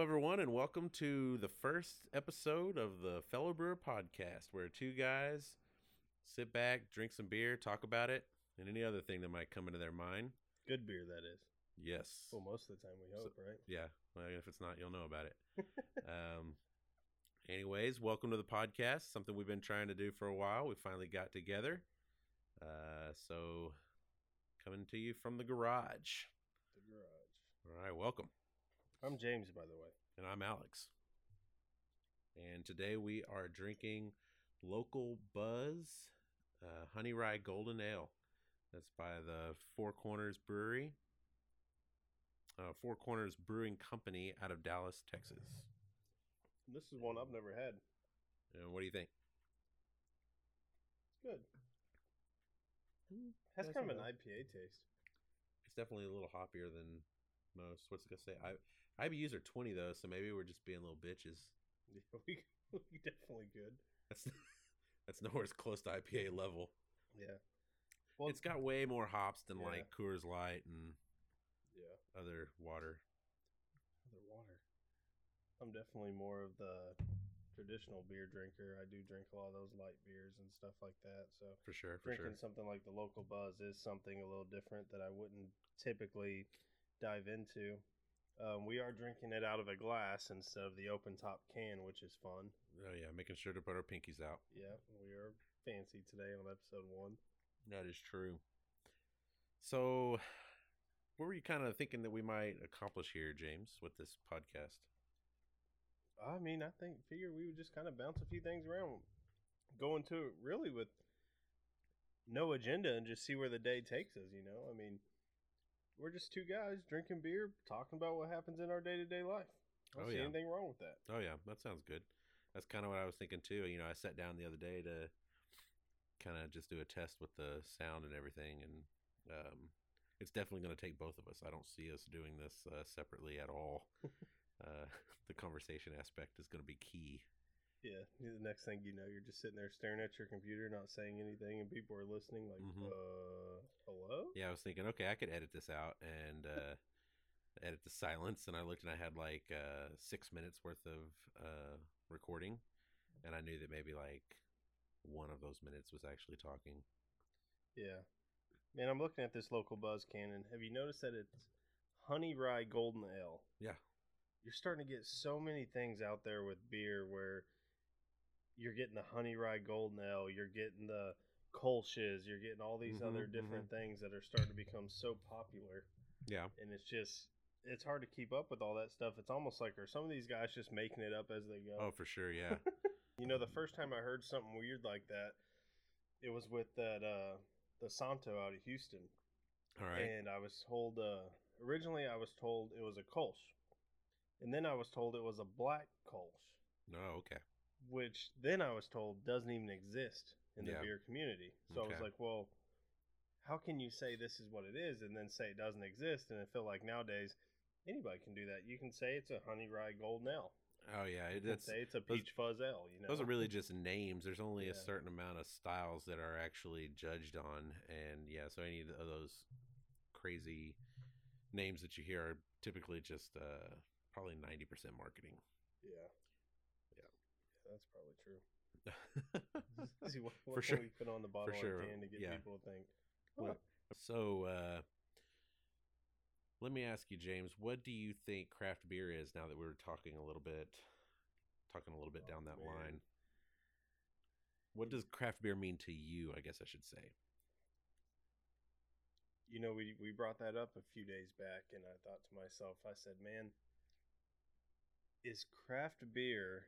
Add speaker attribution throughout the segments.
Speaker 1: everyone, and welcome to the first episode of the Fellow Brewer podcast, where two guys sit back, drink some beer, talk about it, and any other thing that might come into their mind.
Speaker 2: Good beer, that is.
Speaker 1: Yes.
Speaker 2: Well, most of the time we hope, right?
Speaker 1: Yeah. Well, if it's not, you'll know about it. um, anyways, welcome to the podcast. Something we've been trying to do for a while. We finally got together. Uh, so, coming to you from the garage.
Speaker 2: The garage.
Speaker 1: All right, welcome.
Speaker 2: I'm James, by the way.
Speaker 1: And I'm Alex. And today we are drinking local Buzz uh, Honey Rye Golden Ale. That's by the Four Corners Brewery, uh, Four Corners Brewing Company out of Dallas, Texas.
Speaker 2: This is one I've never had.
Speaker 1: And what do you think?
Speaker 2: It's good. Has kind of an IPA taste.
Speaker 1: It's definitely a little hoppier than most. What's it gonna say? I IBUs are twenty though, so maybe we're just being little bitches.
Speaker 2: Yeah, we, we definitely good.
Speaker 1: That's that's nowhere as close to IPA level.
Speaker 2: Yeah.
Speaker 1: Well, it's got way more hops than
Speaker 2: Yeah.
Speaker 1: like Coors Light and
Speaker 2: Yeah.
Speaker 1: other water.
Speaker 2: Other water. I'm definitely more of the traditional beer drinker. I do drink a lot of those light beers and stuff like that. So
Speaker 1: For sure, for
Speaker 2: drinking
Speaker 1: sure.
Speaker 2: something like the local buzz is something a little different that I wouldn't typically dive into. Um, we are drinking it out of a glass instead of the open top can, which is fun.
Speaker 1: Oh yeah, making sure to put our pinkies out.
Speaker 2: Yeah, we are fancy today on episode one.
Speaker 1: That is true. So, what were you kind of thinking that we might accomplish here, James, with this podcast?
Speaker 2: I mean, I think figure we would just kind of bounce a few things around, go into it really with no agenda and just see where the day takes us. You know, I mean, we're just two guys drinking beer, talking about what happens in our day to day life. I don't
Speaker 1: Oh,
Speaker 2: see
Speaker 1: yeah.
Speaker 2: anything wrong with that.
Speaker 1: Oh yeah, that sounds good. That's kind of what I was thinking too. You know, I sat down the other day to kind of just do a test with the sound and everything, and um, it's definitely going to take both of us. I don't see us doing this uh, separately at all. uh, the conversation aspect is going to be key.
Speaker 2: Yeah, the next thing you know, you're just sitting there staring at your computer, not saying anything, and people are listening, like,
Speaker 1: Mhm.
Speaker 2: uh, hello?
Speaker 1: Yeah, I was thinking, okay, I could edit this out and uh, edit the silence. And I looked and I had like uh, six minutes worth of uh, recording. And I knew that maybe like one of those minutes was actually talking.
Speaker 2: Yeah. Man, I'm looking at this local buzz cannon. Have you noticed that it's honey rye golden ale?
Speaker 1: Yeah.
Speaker 2: You're starting to get so many things out there with beer where you're getting the honey rye golden ale, you're getting the Kolsch's, you're getting all these
Speaker 1: Mhm,
Speaker 2: other different things that are starting to become so popular.
Speaker 1: Yeah.
Speaker 2: and it's just it's hard to keep up with all that stuff. It's almost like are some of these guys just making it up as they go.
Speaker 1: Oh, for sure. Yeah.
Speaker 2: You know, the first time I heard something weird like that, it was with that uh the Santo out of Houston,
Speaker 1: All right.
Speaker 2: and I was told uh originally I was told it was a Kolsch, and then I was told it was a black Kolsch,
Speaker 1: No, Oh, okay.
Speaker 2: which then I was told doesn't even exist in the
Speaker 1: Yeah.
Speaker 2: beer community. So I was
Speaker 1: Okay.
Speaker 2: like, well. How can you say this is what it is and then say it doesn't exist? And I feel like nowadays anybody can do that. You can say it's a honey rye golden ale.
Speaker 1: Oh, yeah. it-
Speaker 2: You can
Speaker 1: That's,
Speaker 2: say it's a
Speaker 1: those-
Speaker 2: peach fuzz ale. You know,
Speaker 1: those are really just names. There's only a
Speaker 2: Yeah.
Speaker 1: certain amount of styles that are actually judged on. And yeah, so any of those crazy names that you hear are typically just uh, probably 90% marketing.
Speaker 2: yeah,
Speaker 1: Yeah.
Speaker 2: yeah. That's probably true.
Speaker 1: For
Speaker 2: See what, what
Speaker 1: For
Speaker 2: can
Speaker 1: sure.
Speaker 2: we put on the bottle
Speaker 1: For sure.
Speaker 2: of can to get
Speaker 1: Yeah.
Speaker 2: people to think.
Speaker 1: Well,
Speaker 2: "Huh,
Speaker 1: so, uh, let me ask you, James, what do you think craft beer is now that we were talking a little bit, talking a little bit
Speaker 2: Oh,
Speaker 1: down that
Speaker 2: man.
Speaker 1: line? What does craft beer mean to you? I guess I should say.
Speaker 2: you know, we we brought that up a few days back, and I thought to myself, I said, man, is craft beer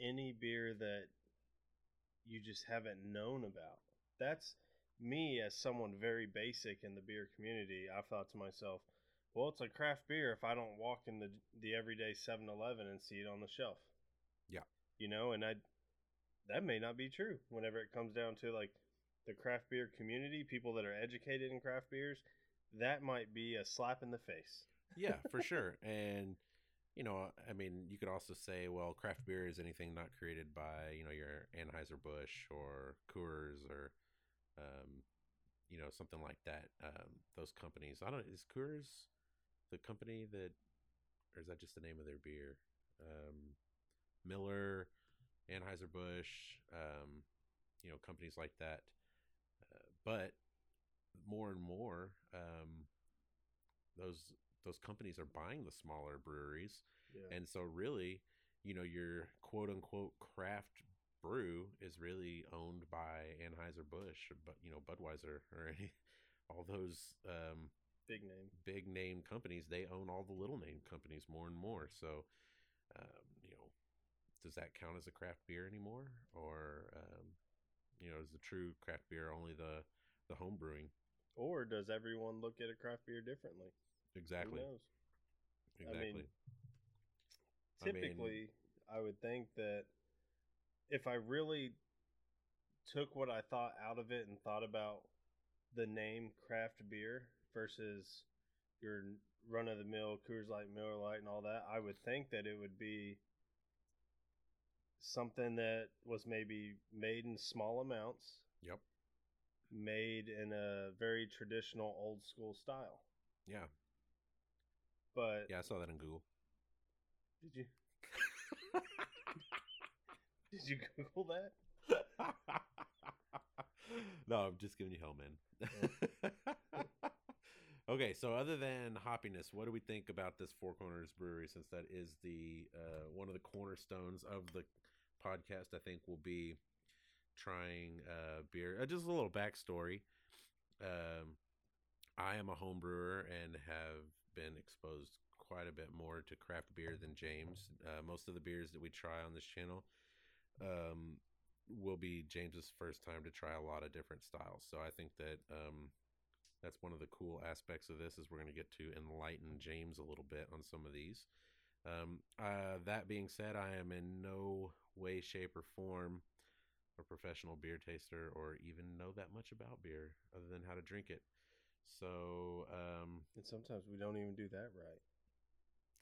Speaker 2: any beer that you just haven't known about? That's me as someone very basic in the beer community. I've thought to myself, well, it's a craft beer if I don't walk in the the everyday 7-Eleven and see it on the shelf.
Speaker 1: Yeah.
Speaker 2: You know, and I that may not be true whenever it comes down to like the craft beer community, people that are educated in craft beers, that might be a slap in the face.
Speaker 1: Yeah, for sure. And you know, I mean, you could also say, well, craft beer is anything not created by you know your Anheuser Busch or Coors or, um, you know, something like that. Um, those companies. I don't. Is Coors the company that, or is that just the name of their beer? Um, Miller, Anheuser Busch, um, you know, companies like that. Uh, but more and more, um, those those companies are buying the smaller breweries,
Speaker 2: Yeah.
Speaker 1: and so really, you know, your quote unquote craft brew is really owned by Anheuser Busch, but you know, Budweiser or any all those um,
Speaker 2: Big name.
Speaker 1: big name companies they own all the little name companies more and more so um, you know does that count as a craft beer anymore or um, you know is the true craft beer only the the home brewing
Speaker 2: Or does everyone look at a craft beer differently?
Speaker 1: exactly
Speaker 2: Who knows?
Speaker 1: exactly I mean-
Speaker 2: typically I, would think that if I really took what I thought out of it and thought about the name craft beer versus your run of the mill Coors Light, Miller Light, and all that, I would think that it would be something that was maybe made in small amounts,
Speaker 1: yep
Speaker 2: made in a very traditional old school style.
Speaker 1: yeah
Speaker 2: But
Speaker 1: yeah i saw that in google
Speaker 2: did you did you Google that?
Speaker 1: no i'm just giving you hell man okay so other than hoppiness what do we think about this four corners brewery since that is the uh, one of the cornerstones of the podcast i think will be trying uh, beer uh, just a little backstory um, i am a home brewer and have been exposed quite a bit more to craft beer than james uh, most of the beers that we try on this channel um, will be James's first time to try a lot of different styles. So I think that um, that's one of the cool aspects of this is we're going to get to enlighten James a little bit on some of these. Um, uh, that being said, I am in no way, shape, or form a professional beer taster or even know that much about beer other than how to drink it. So um,
Speaker 2: And sometimes we don't even do that right.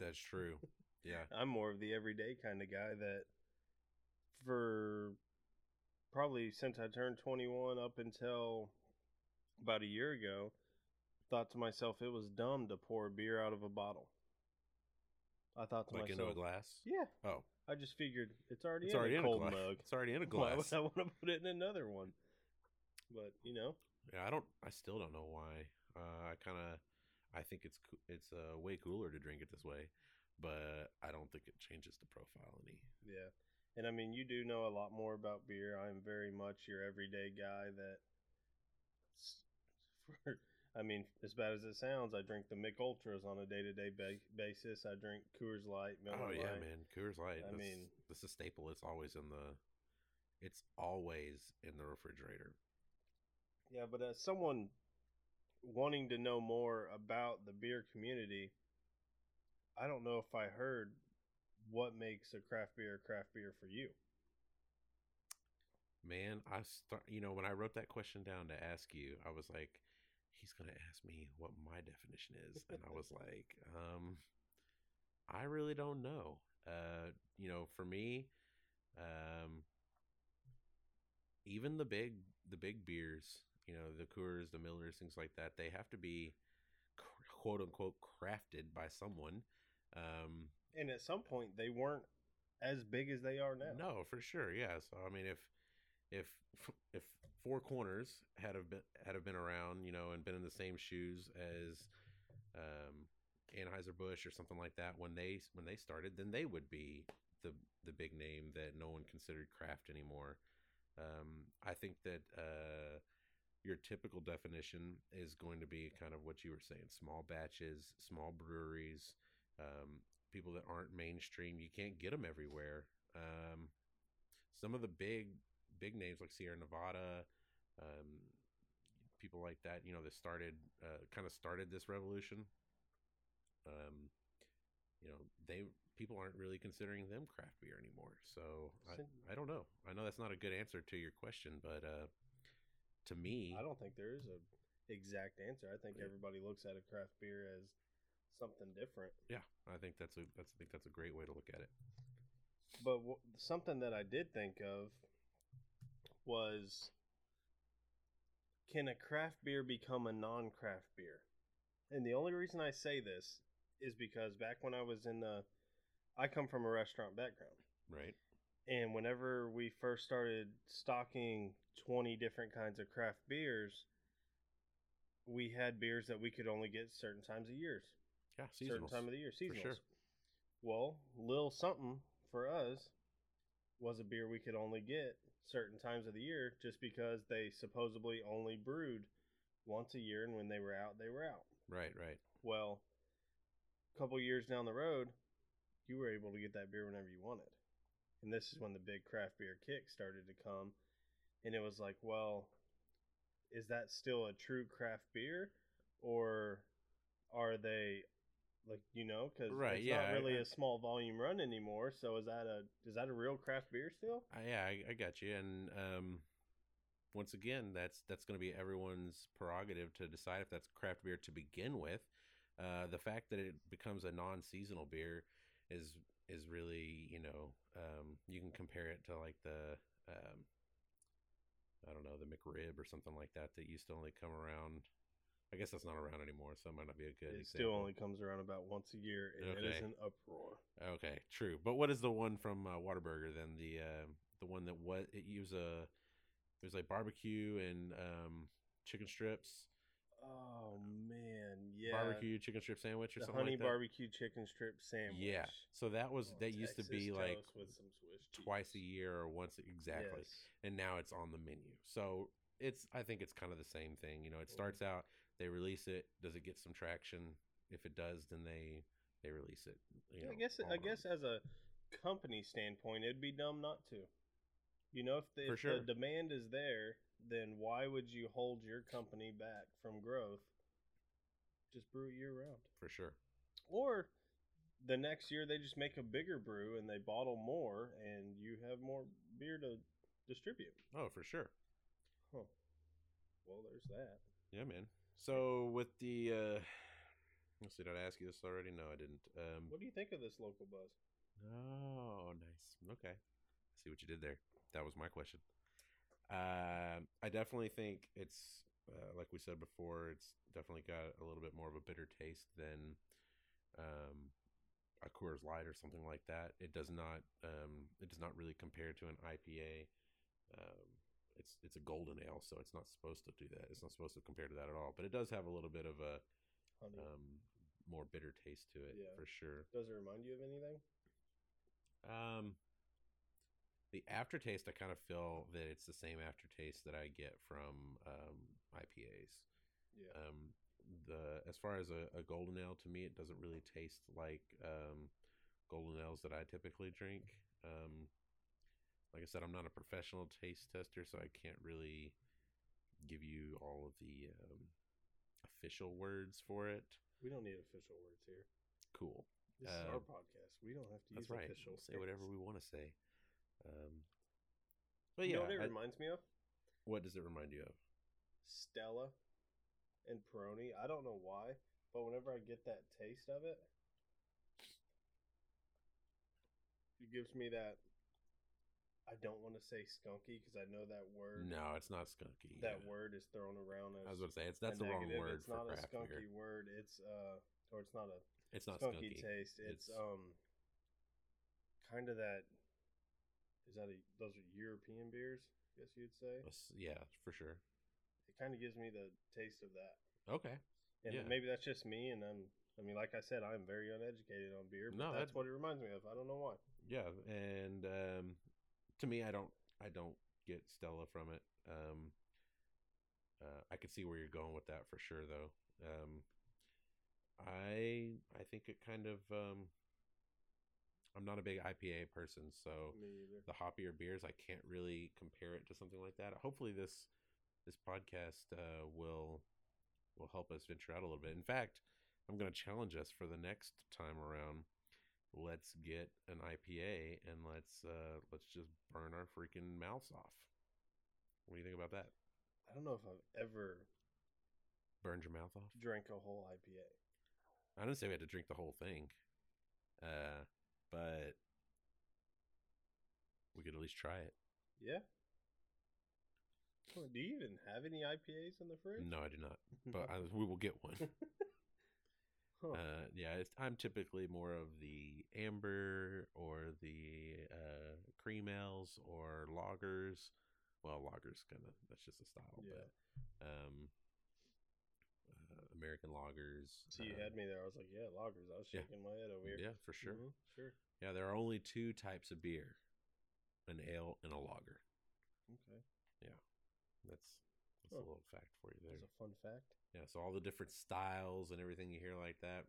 Speaker 1: that's true. Yeah.
Speaker 2: I'm more of the everyday kind of guy that for probably since I turned 21 up until about a year ago, thought to myself it was dumb to pour beer out of a bottle. I thought to
Speaker 1: Like into
Speaker 2: myself,
Speaker 1: a glass.
Speaker 2: yeah,
Speaker 1: Oh,
Speaker 2: I just figured it's already
Speaker 1: it's
Speaker 2: in
Speaker 1: already
Speaker 2: a
Speaker 1: in a
Speaker 2: cold
Speaker 1: glass.
Speaker 2: mug.
Speaker 1: It's already in a
Speaker 2: Why
Speaker 1: glass.
Speaker 2: would I want to put it in another one? But you know,
Speaker 1: Yeah, I don't. I still don't know why. Uh, I kind of. I think it's coo- it's uh, way cooler to drink it this way, but I don't think it changes the profile any.
Speaker 2: Yeah. And I mean, you do know a lot more about beer. I'm very much your everyday guy that, s- for, I mean, as bad as it sounds, I drink the Mick Ultras on a day to day basis. I drink Coors Light, Miller
Speaker 1: oh yeah,
Speaker 2: Lite.
Speaker 1: man, Coors Light.
Speaker 2: I
Speaker 1: I mean,
Speaker 2: mean-
Speaker 1: this is a staple. It's always in the. It's always in the refrigerator.
Speaker 2: Yeah, but as someone wanting to know more about the beer community, I don't know if I heard what makes a craft beer a craft beer for you.
Speaker 1: Man, I start. You know, when I wrote that question down to ask you, I was like, he's gonna ask me what my definition is, and I was like, um, I really don't know. Uh, you know, for me, um, even the big the big beers, you know, the Coors, the Millers, things like that, they have to be cr- quote unquote crafted by someone. Um,
Speaker 2: And at some point, they weren't as big as they are now.
Speaker 1: no, for sure. Yeah. So I mean, if if if Four Corners had have been had have been around, you know, and been in the same shoes as um, Anheuser Busch or something like that when they when they started, then they would be the the big name that no one considered craft anymore. Um, I think that uh, your typical definition is going to be kind of what you were saying: small batches, small breweries, um, people that aren't mainstream. You can't get them everywhere. Um, some of the big big names like Sierra Nevada, um, people like that, you know, that started uh, kind of started this revolution. Um, you know, they people aren't really considering them craft beer anymore. So
Speaker 2: Sin-
Speaker 1: I, I don't know. I know that's not a good answer to your question, but uh, to me,
Speaker 2: I don't think there is a exact answer. I think
Speaker 1: Yeah.
Speaker 2: everybody looks at a craft beer as something different.
Speaker 1: yeah, I think that's a that's I think that's a great way to look at it.
Speaker 2: But w- something that I did think of was can a craft beer become a non-craft beer? And the only reason I say this is because back when I was in the, I come from a restaurant background,
Speaker 1: Right.
Speaker 2: and whenever we first started stocking twenty different kinds of craft beers, we had beers that we could only get certain times of years,
Speaker 1: Yeah.
Speaker 2: certain
Speaker 1: Seasonals.
Speaker 2: time of the year, seasonals.
Speaker 1: sure.
Speaker 2: Well, Lil Something for us was a beer we could only get certain times of the year just because they supposedly only brewed once a year and when they were out, they were out.
Speaker 1: Right. Right.
Speaker 2: Well, a couple years down the road, you were able to get that beer whenever you wanted. And this is when the big craft beer kick started to come. And it was like, well, is that still a true craft beer? Or are they like you know because
Speaker 1: Right,
Speaker 2: it's
Speaker 1: yeah, I-
Speaker 2: not really
Speaker 1: I-
Speaker 2: a small volume run anymore so is that a is that a real craft beer still
Speaker 1: I, yeah, I, I got you. And um, once again, that's that's going to be everyone's prerogative to decide if that's craft beer to begin with. Uh, the fact that it becomes a non-seasonal beer is is really you know um, you can compare it to like the um, I don't know the McRib or something like that that used to only come around. I guess that's not around anymore, so it might not be a good.
Speaker 2: it
Speaker 1: example.
Speaker 2: still only comes around about once a year and it
Speaker 1: Okay.
Speaker 2: is an uproar
Speaker 1: Okay, true. But what is the one from uh, Waterburger then? The uh, the one that what it used a it was like barbecue and um, chicken strips,
Speaker 2: oh man yeah
Speaker 1: barbecue chicken strip sandwich or
Speaker 2: the
Speaker 1: something
Speaker 2: honey
Speaker 1: like that.
Speaker 2: barbecue chicken strip sandwich
Speaker 1: Yeah. So that was
Speaker 2: on
Speaker 1: that used to
Speaker 2: Texas
Speaker 1: be like
Speaker 2: toast with some Swiss cheese.
Speaker 1: twice a year or once exactly,
Speaker 2: Yes.
Speaker 1: and now it's on the menu. So it's I think it's kind of the same thing. You know, it starts
Speaker 2: Mm-hmm.
Speaker 1: out they release it. Does it get some traction? If it does, then they they release it. you
Speaker 2: Yeah, I
Speaker 1: know,
Speaker 2: guess
Speaker 1: on
Speaker 2: I
Speaker 1: and on.
Speaker 2: guess as a company standpoint, it'd be dumb not to. You know, if, the,
Speaker 1: For
Speaker 2: if
Speaker 1: sure.
Speaker 2: the demand is there, then why would you hold your company back from growth? Just brew it year round,
Speaker 1: for sure.
Speaker 2: or the next year they just make a bigger brew and they bottle more, and you have more beer to distribute.
Speaker 1: Oh, for sure.
Speaker 2: Huh. Well, there's that.
Speaker 1: Yeah, man. So with the uh let's see, did I ask you this already? No, I didn't. Um
Speaker 2: What do you think of this local buzz?
Speaker 1: Oh, nice. Okay. I see what you did there. That was my question. Um I definitely think it's uh, like we said before, it's definitely got a little bit more of a bitter taste than um a Coors Light or something like that. It does not um it does not really compare to an IPA. Um it's it's a golden ale, so it's not supposed to do that. It's not supposed to compare to that at all. But it does have a little bit of a
Speaker 2: Honey,
Speaker 1: um, more bitter taste to it
Speaker 2: Yeah.
Speaker 1: for sure.
Speaker 2: does it remind you of anything?
Speaker 1: Um, the aftertaste, I kind of feel that it's the same aftertaste that I get from um, IPAs.
Speaker 2: Yeah.
Speaker 1: Um, the as far as a, a golden ale, to me, it doesn't really taste like um, golden ales that I typically drink. Um, like I said, I'm not a professional taste tester, so I can't really give you all of the um, official words for it.
Speaker 2: we don't need official words here.
Speaker 1: Cool.
Speaker 2: This is our
Speaker 1: Um,
Speaker 2: podcast. We don't have to use
Speaker 1: That's right.
Speaker 2: official.
Speaker 1: We'll say whatever we want to say. Um, but
Speaker 2: But
Speaker 1: yeah,
Speaker 2: you know what it
Speaker 1: I-
Speaker 2: reminds me of?
Speaker 1: what does it remind you of?
Speaker 2: Stella and Peroni. I don't know why, but whenever I get that taste of it, it gives me that. I don't want to say skunky because I know that word.
Speaker 1: No, it's not skunky.
Speaker 2: that
Speaker 1: yeah.
Speaker 2: word is thrown around as.
Speaker 1: I was going to say it's
Speaker 2: a
Speaker 1: that's the wrong
Speaker 2: negative.
Speaker 1: word
Speaker 2: It's
Speaker 1: for
Speaker 2: not a
Speaker 1: craft
Speaker 2: skunky
Speaker 1: beer.
Speaker 2: word. It's uh, or it's not a
Speaker 1: It's not
Speaker 2: skunky,
Speaker 1: skunky.
Speaker 2: taste. It's,
Speaker 1: It's-
Speaker 2: um, kind of that. Is that a? Those are European beers. I guess you'd say.
Speaker 1: It's- Yeah, for sure.
Speaker 2: it kind of gives me the taste of that.
Speaker 1: Okay.
Speaker 2: And
Speaker 1: Yeah.
Speaker 2: maybe that's just me. And I'm, I mean, like I said, I'm very uneducated on beer, but
Speaker 1: No,
Speaker 2: that's
Speaker 1: that-
Speaker 2: what it reminds me of. I don't know why.
Speaker 1: Yeah, and um, to me, I don't, I don't get Stella from it. Um, uh, I could see where you're going with that for sure, though. Um, I, I think it kind of. Um, I'm not a big IPA person, so
Speaker 2: Me either.
Speaker 1: the hoppier beers, I can't really compare it to something like that. Hopefully, this this podcast uh, will will help us venture out a little bit. In fact, I'm going to challenge us for the next time around. Let's get an IPA and let's uh, let's just burn our freaking mouths off. What do you think about that?
Speaker 2: I don't know if I've ever
Speaker 1: Burned your mouth off?
Speaker 2: drank a whole IPA.
Speaker 1: I didn't say we had to drink the whole thing, uh, but we could at least try it.
Speaker 2: Yeah. Oh, do
Speaker 1: Mm-hmm.
Speaker 2: you even have any IPAs in the fridge?
Speaker 1: No, I do not, but I, we will get one.
Speaker 2: Huh.
Speaker 1: Uh, yeah, it's, I'm typically more of the amber or the uh, cream ales or lagers. Well, lagers kind of that's just a style,
Speaker 2: Yeah.
Speaker 1: but um, uh, American lagers.
Speaker 2: so you
Speaker 1: uh,
Speaker 2: had me there. I was like, yeah, loggers. I was
Speaker 1: yeah.
Speaker 2: shaking my head over here.
Speaker 1: Yeah, for sure.
Speaker 2: Mhm, sure.
Speaker 1: Yeah, there are only two types of beer: an ale and a lager.
Speaker 2: Okay.
Speaker 1: That's that's
Speaker 2: Huh.
Speaker 1: a little fact for you there.
Speaker 2: There's a fun fact.
Speaker 1: Yeah, so all the different styles and everything you hear like that,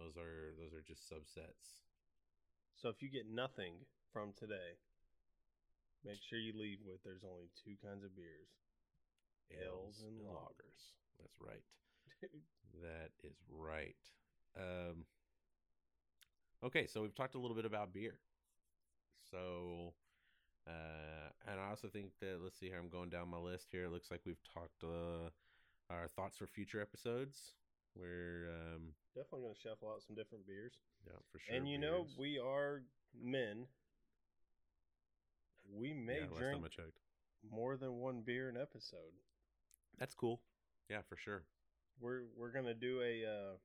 Speaker 1: those are those are just subsets.
Speaker 2: So if you get nothing from today, make sure you leave with there's only two kinds of beers. Ales and
Speaker 1: lagers. That's right. That is right. Um, okay, so we've talked a little bit about beer. So, uh, and I also think that let's see here. I'm going down my list here. It looks like we've talked uh, our thoughts for future episodes. We're um,
Speaker 2: Definitely going to shuffle out some different beers.
Speaker 1: yeah for sure.
Speaker 2: and you know,
Speaker 1: beers.
Speaker 2: we are men. We may
Speaker 1: yeah, last time
Speaker 2: drink
Speaker 1: I checked.
Speaker 2: more than one beer an episode.
Speaker 1: That's cool. Yeah, for sure.
Speaker 2: We're we're going to do a uh,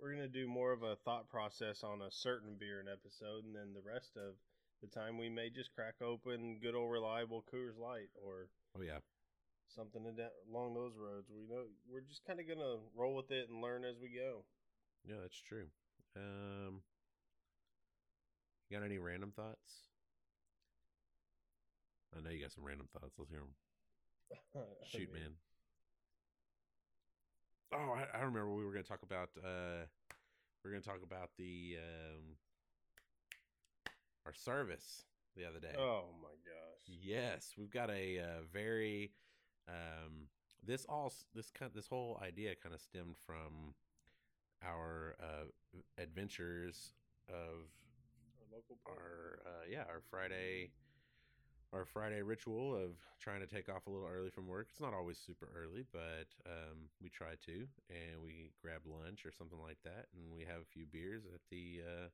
Speaker 2: we're going to do more of a thought process on a certain beer an episode and then the rest of the time we may just crack open good old reliable Coors Light or
Speaker 1: Oh yeah,
Speaker 2: something in that, along those roads. We know we're just kind of gonna roll with it and learn as we go.
Speaker 1: yeah, that's true. Um, you got any random thoughts? I know you got some random thoughts. Let's hear them.
Speaker 2: I
Speaker 1: Shoot,
Speaker 2: mean,
Speaker 1: man. Oh, I, I remember we were going to talk about. Uh, we are going to talk about the um, our service the other day.
Speaker 2: Oh my gosh!
Speaker 1: Yes, we've got a uh, very um, this all s- this kind this whole idea kind of stemmed from our uh, adventures of
Speaker 2: Our local brewery.
Speaker 1: our uh, yeah our Friday our Friday ritual of trying to take off a little early from work. It's not always super early, but um, we try to, and we grab lunch or something like that, and we have a few beers at the uh,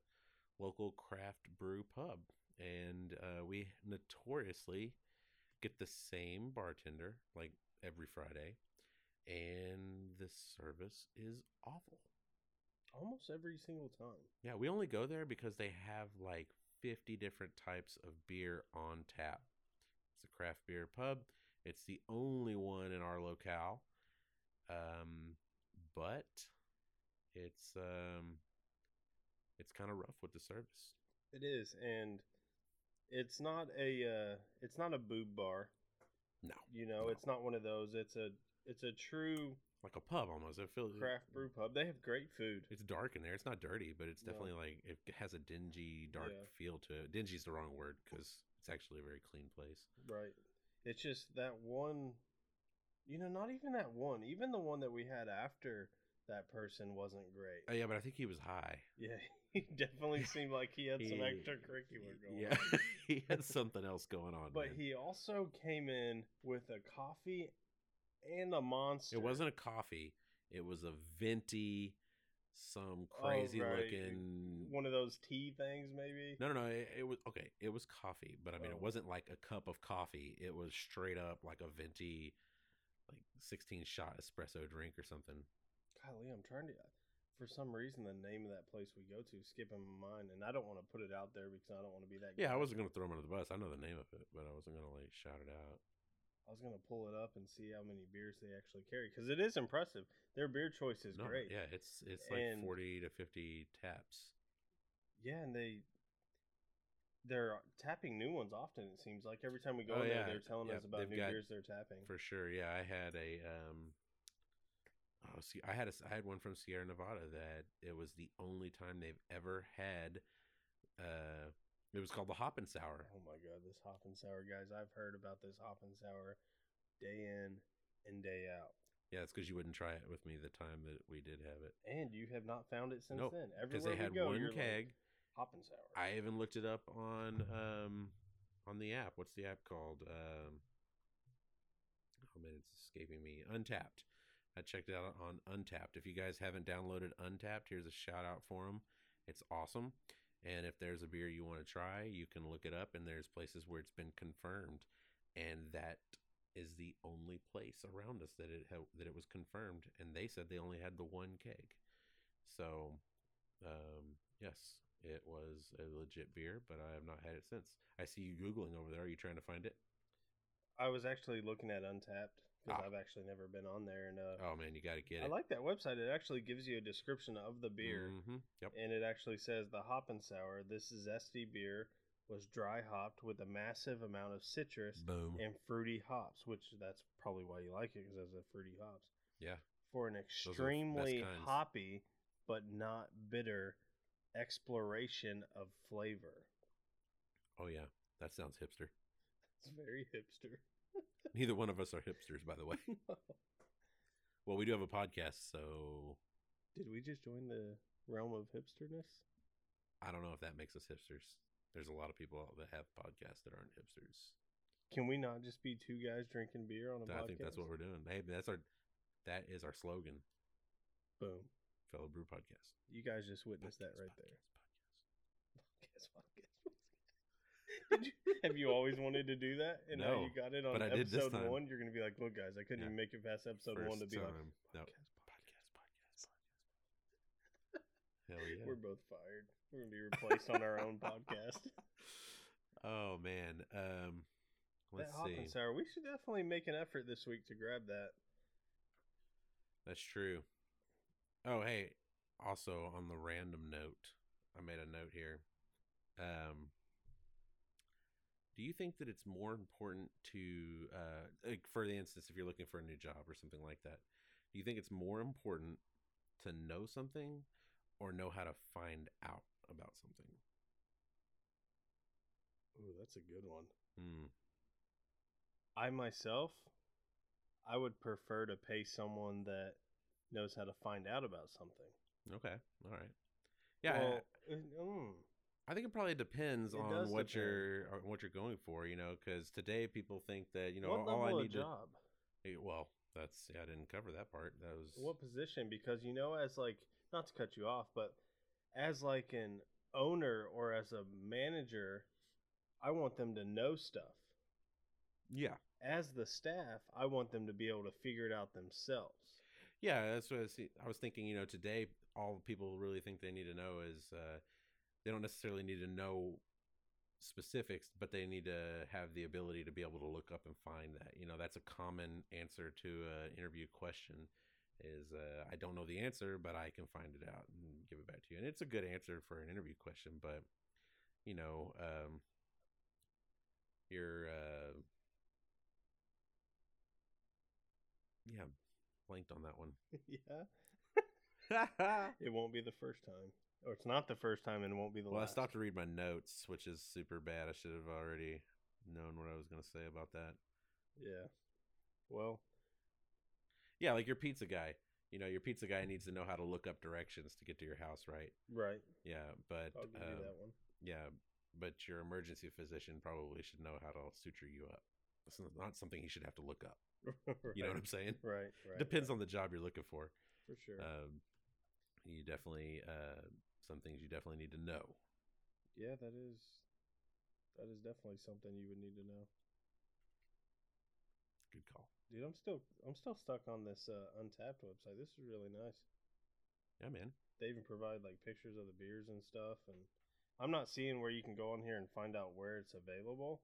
Speaker 1: local craft brew pub, and uh, we notoriously get the same bartender like every Friday, and the service is awful.
Speaker 2: almost every single time.
Speaker 1: Yeah, we only go there because they have like 50 different types of beer on tap. It's a craft beer pub. It's the only one in our locale. Um, but it's um it's kind of rough with the service.
Speaker 2: It is, and it's not a uh, it's not a boob bar.
Speaker 1: No.
Speaker 2: You know,
Speaker 1: No.
Speaker 2: it's not one of those. It's a it's a true
Speaker 1: Like a pub almost. I feel
Speaker 2: craft brew pub. They have great food.
Speaker 1: It's dark in there. It's not dirty, but it's
Speaker 2: No.
Speaker 1: definitely like it has a dingy, dark
Speaker 2: Yeah.
Speaker 1: feel to it. Dingy's the wrong word because it's actually a very clean place.
Speaker 2: Right. It's just that one, you know, not even that one. Even the one that we had after that person wasn't great.
Speaker 1: Oh yeah, but I think he was high.
Speaker 2: Yeah, he definitely seemed like he had
Speaker 1: He-
Speaker 2: some extracurricular going.
Speaker 1: Yeah,
Speaker 2: on.
Speaker 1: he had something else going on.
Speaker 2: but
Speaker 1: man.
Speaker 2: he also came in with a coffee and a monster.
Speaker 1: it wasn't a coffee. It was a venti, some
Speaker 2: Oh,
Speaker 1: crazy
Speaker 2: right.
Speaker 1: looking.
Speaker 2: one of those tea things, maybe.
Speaker 1: No, no, no. It, it was okay. It was coffee, but I mean,
Speaker 2: Oh.
Speaker 1: it wasn't like a cup of coffee. It was straight up like a venti, like sixteen shot espresso drink or something.
Speaker 2: Golly, I'm trying to. uh, For some reason, the name of that place we go to is skipping my mind, and I don't want to put it out there because I don't want to be that.
Speaker 1: Yeah, I
Speaker 2: guy.
Speaker 1: wasn't gonna throw him under the bus. I know the name of it, but I wasn't gonna like shout it out.
Speaker 2: I was gonna pull it up and see how many beers they actually carry because it is impressive. Their beer choice is
Speaker 1: no,
Speaker 2: great.
Speaker 1: yeah, it's it's like
Speaker 2: And-
Speaker 1: forty to fifty taps.
Speaker 2: Yeah, and they they're tapping new ones often. It seems like every time we go
Speaker 1: Oh,
Speaker 2: in there,
Speaker 1: yeah.
Speaker 2: they're telling
Speaker 1: Yeah,
Speaker 2: us about
Speaker 1: they've
Speaker 2: new
Speaker 1: got-
Speaker 2: beers they're tapping.
Speaker 1: For sure, yeah. I had a um oh see I had a s I had one from Sierra Nevada that it was the only time they've ever had uh it was called the Hop and Sour.
Speaker 2: oh my god, this hop and sour, guys! I've heard about this hop and sour day in and day out,
Speaker 1: Yeah, it's because you wouldn't try it with me the time that we did have it.
Speaker 2: and you have not found it since
Speaker 1: Nope,
Speaker 2: then.
Speaker 1: Because
Speaker 2: Everywhere
Speaker 1: they had
Speaker 2: we go,
Speaker 1: one
Speaker 2: you're
Speaker 1: keg.
Speaker 2: like, hop and sour.
Speaker 1: I even looked it up on um on the app. What's the app called? Um Oh man, it's escaping me. Untapped. I checked it out on Untapped. If you guys haven't downloaded Untapped, here's a shout out for them. It's awesome. And if there's a beer you want to try, you can look it up and there's places where it's been confirmed. And that is the only place around us that it ha- that it was confirmed, and they said they only had the one keg. So, um, yes, it was a legit beer, but I have not had it since. I see you googling over there. Are you trying to find it?
Speaker 2: I was actually looking at Untapped because
Speaker 1: Ah.
Speaker 2: I've actually never been on there, and uh,
Speaker 1: Oh man, you got to get it.
Speaker 2: I like that website. It actually gives you a description of the beer,
Speaker 1: Mhm. Yep.
Speaker 2: and it actually says the hop and sour. This zesty beer was dry hopped with a massive amount of citrus
Speaker 1: Boom.
Speaker 2: and fruity hops, which that's probably why you like it because it's a fruity hops.
Speaker 1: Yeah.
Speaker 2: For an
Speaker 1: the best
Speaker 2: extremely
Speaker 1: kinds.
Speaker 2: hoppy but not bitter exploration of flavor.
Speaker 1: Oh yeah, that sounds hipster.
Speaker 2: It's very hipster.
Speaker 1: Neither one of us are hipsters, by the way. Well, we do have a podcast, so
Speaker 2: Did we just join the realm of hipsterness?
Speaker 1: I don't know if that makes us hipsters. There's a lot of people out that have podcasts that aren't hipsters.
Speaker 2: Can we not just be two guys drinking beer on a
Speaker 1: I
Speaker 2: podcast?
Speaker 1: think that's what we're doing. Hey, that's our that is our slogan,
Speaker 2: Boom.
Speaker 1: fellow brew podcast.
Speaker 2: You guys just witnessed that
Speaker 1: Podcast, podcast,
Speaker 2: right there.
Speaker 1: podcast.
Speaker 2: Podcast, podcast, podcast. Did you- Have you always wanted to do that? And now
Speaker 1: No,
Speaker 2: you got it on
Speaker 1: but I did this
Speaker 2: episode
Speaker 1: time.
Speaker 2: one. You're going to be like, look, guys, I couldn't
Speaker 1: Yeah.
Speaker 2: even make it past episode one to
Speaker 1: First
Speaker 2: be like,
Speaker 1: time. No.
Speaker 2: podcast,
Speaker 1: Podcast, podcast, podcast. Hell oh, yeah.
Speaker 2: We're both fired. We're gonna be replaced on our own podcast.
Speaker 1: Oh man. Um
Speaker 2: that
Speaker 1: let's
Speaker 2: hop
Speaker 1: see.
Speaker 2: and sour. We should definitely make an effort this week to grab that.
Speaker 1: That's true. Oh, hey. Also, on the random note, I made a note here. Um, do you think that it's more important to, uh, like for the instance, if you're looking for a new job or something like that, do you think it's more important to know something or know how to find out about something?
Speaker 2: Oh, that's a good one.
Speaker 1: Hmm.
Speaker 2: I myself, I would prefer to pay someone that knows how to find out about something.
Speaker 1: Okay. All right. Yeah. I-
Speaker 2: Well, uh, mm,
Speaker 1: I think it probably depends
Speaker 2: It
Speaker 1: on
Speaker 2: does
Speaker 1: what
Speaker 2: depend.
Speaker 1: you're on what you're going for, you know, because today people think that you know "Oh,
Speaker 2: what
Speaker 1: all
Speaker 2: level
Speaker 1: I
Speaker 2: of
Speaker 1: need to
Speaker 2: job?
Speaker 1: Hey, well, that's yeah, I didn't cover that part. That was
Speaker 2: What position? Because you know, as like not to cut you off, but as like an owner or as a manager, I want them to know stuff.
Speaker 1: yeah,
Speaker 2: as the staff, I want them to be able to figure it out themselves.
Speaker 1: yeah. That's what I was, I was thinking. You know, today all people really think they need to know is uh, they don't necessarily need to know specifics, but they need to have the ability to be able to look up and find that. You know, that's a common answer to an interview question. Is uh, I don't know the answer, but I can find it out and give it back to you. And it's a good answer for an interview question, but you know, um, you're uh, yeah, blanked on that one.
Speaker 2: yeah.
Speaker 1: well,
Speaker 2: It won't be the first time. Or it's not the first time and it won't be the
Speaker 1: I
Speaker 2: last.
Speaker 1: stopped to read my notes, which is super bad. I should have already known what I was going to say about that.
Speaker 2: Yeah. Well,
Speaker 1: Yeah, like your pizza guy. You know, your pizza guy needs to know how to look up directions to get to your house, right?
Speaker 2: right.
Speaker 1: Yeah, but
Speaker 2: I'll give
Speaker 1: um,
Speaker 2: Oh, you that one.
Speaker 1: yeah, but your emergency physician probably should know how to suture you up. It's not- not something he should have to look up.
Speaker 2: right.
Speaker 1: You know what I'm saying?
Speaker 2: Right, right.
Speaker 1: Depends on the job you're looking for.
Speaker 2: for sure.
Speaker 1: Um, you definitely uh, some things you definitely need to know.
Speaker 2: yeah, that is that is definitely something you would need to know.
Speaker 1: Good call.
Speaker 2: Dude, I'm still I'm still stuck on this uh, untapped website. This is really nice.
Speaker 1: Yeah, man.
Speaker 2: They even provide like pictures of the beers and stuff and I'm not seeing where you can go on here and find out where it's available,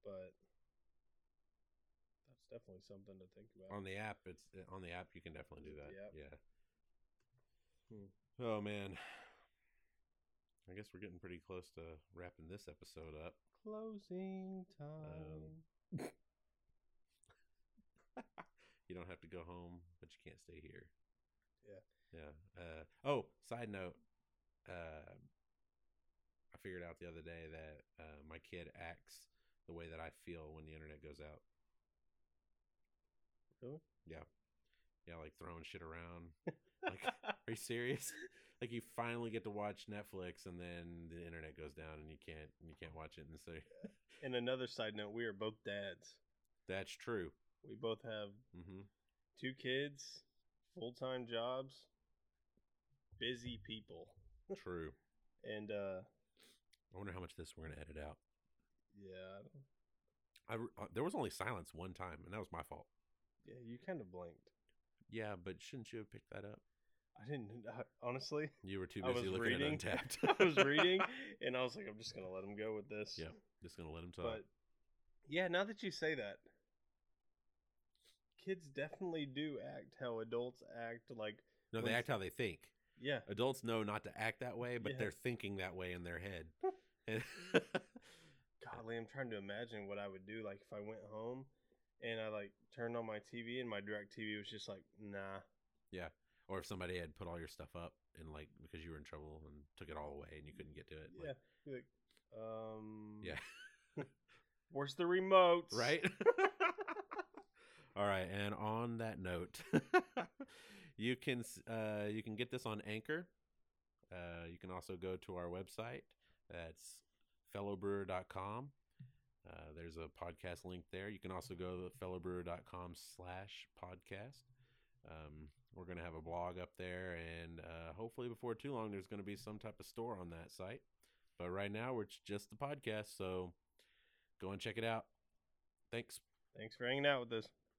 Speaker 2: but that's definitely something to think about.
Speaker 1: on the app it's on the app you can definitely do that
Speaker 2: Yep.
Speaker 1: yeah
Speaker 2: Hmm.
Speaker 1: oh man i guess we're getting pretty close to wrapping this episode up
Speaker 2: Closing
Speaker 1: Um, you don't have to go home but you can't stay here
Speaker 2: Yeah.
Speaker 1: yeah uh, oh side note uh, i figured out the other day that uh, my kid acts the way that i feel when the internet goes out
Speaker 2: Really?
Speaker 1: yeah yeah like throwing shit around like Are you serious? Like you finally get to watch Netflix and then the internet goes down and you can't you can't watch it and so
Speaker 2: and another side note, we are both dads.
Speaker 1: that's true.
Speaker 2: We both have
Speaker 1: hmm
Speaker 2: two kids, full time jobs, busy people.
Speaker 1: True.
Speaker 2: And uh
Speaker 1: I wonder how much of this we're gonna edit out.
Speaker 2: yeah, I don't-
Speaker 1: I, re- uh, there was only silence one time, and that was my fault.
Speaker 2: Yeah, you kind of blinked.
Speaker 1: Yeah, but shouldn't you have picked that up?
Speaker 2: I didn't I, honestly.
Speaker 1: You were too
Speaker 2: I was
Speaker 1: busy looking
Speaker 2: reading.
Speaker 1: at Untapped.
Speaker 2: I was reading, and I was like, I'm just gonna let him go with this.
Speaker 1: Yeah, Just gonna let him talk.
Speaker 2: But yeah, now that you say that, kids definitely do act how adults act. Like,
Speaker 1: no, they
Speaker 2: when-
Speaker 1: act how they think.
Speaker 2: yeah,
Speaker 1: Adults know not to act that way, but
Speaker 2: Yeah.
Speaker 1: they're thinking that way in their head. And-
Speaker 2: Golly, I'm trying to imagine what I would do. Like if I went home and I like turned on my TV and my direct TV was just like, nah.
Speaker 1: or if somebody had put all your stuff up and like because you were in trouble and took it all away and you couldn't get to it.
Speaker 2: yeah.
Speaker 1: Like,
Speaker 2: Be like, um.
Speaker 1: yeah.
Speaker 2: Where's the remote?
Speaker 1: right? All right, and on that note, you can s- uh, you can get this on Anchor. Uh, you can also go to our website. That's fellowbrewer.com. Uh, there's a podcast link there. You can also go to fellowbrewer.com slash podcast. Um, we're going to have a blog up there, and uh, hopefully before too long, there's going to be some type of store on that site. But right now, it's just the podcast, so go and check it out. Thanks.
Speaker 2: Thanks for hanging out with us.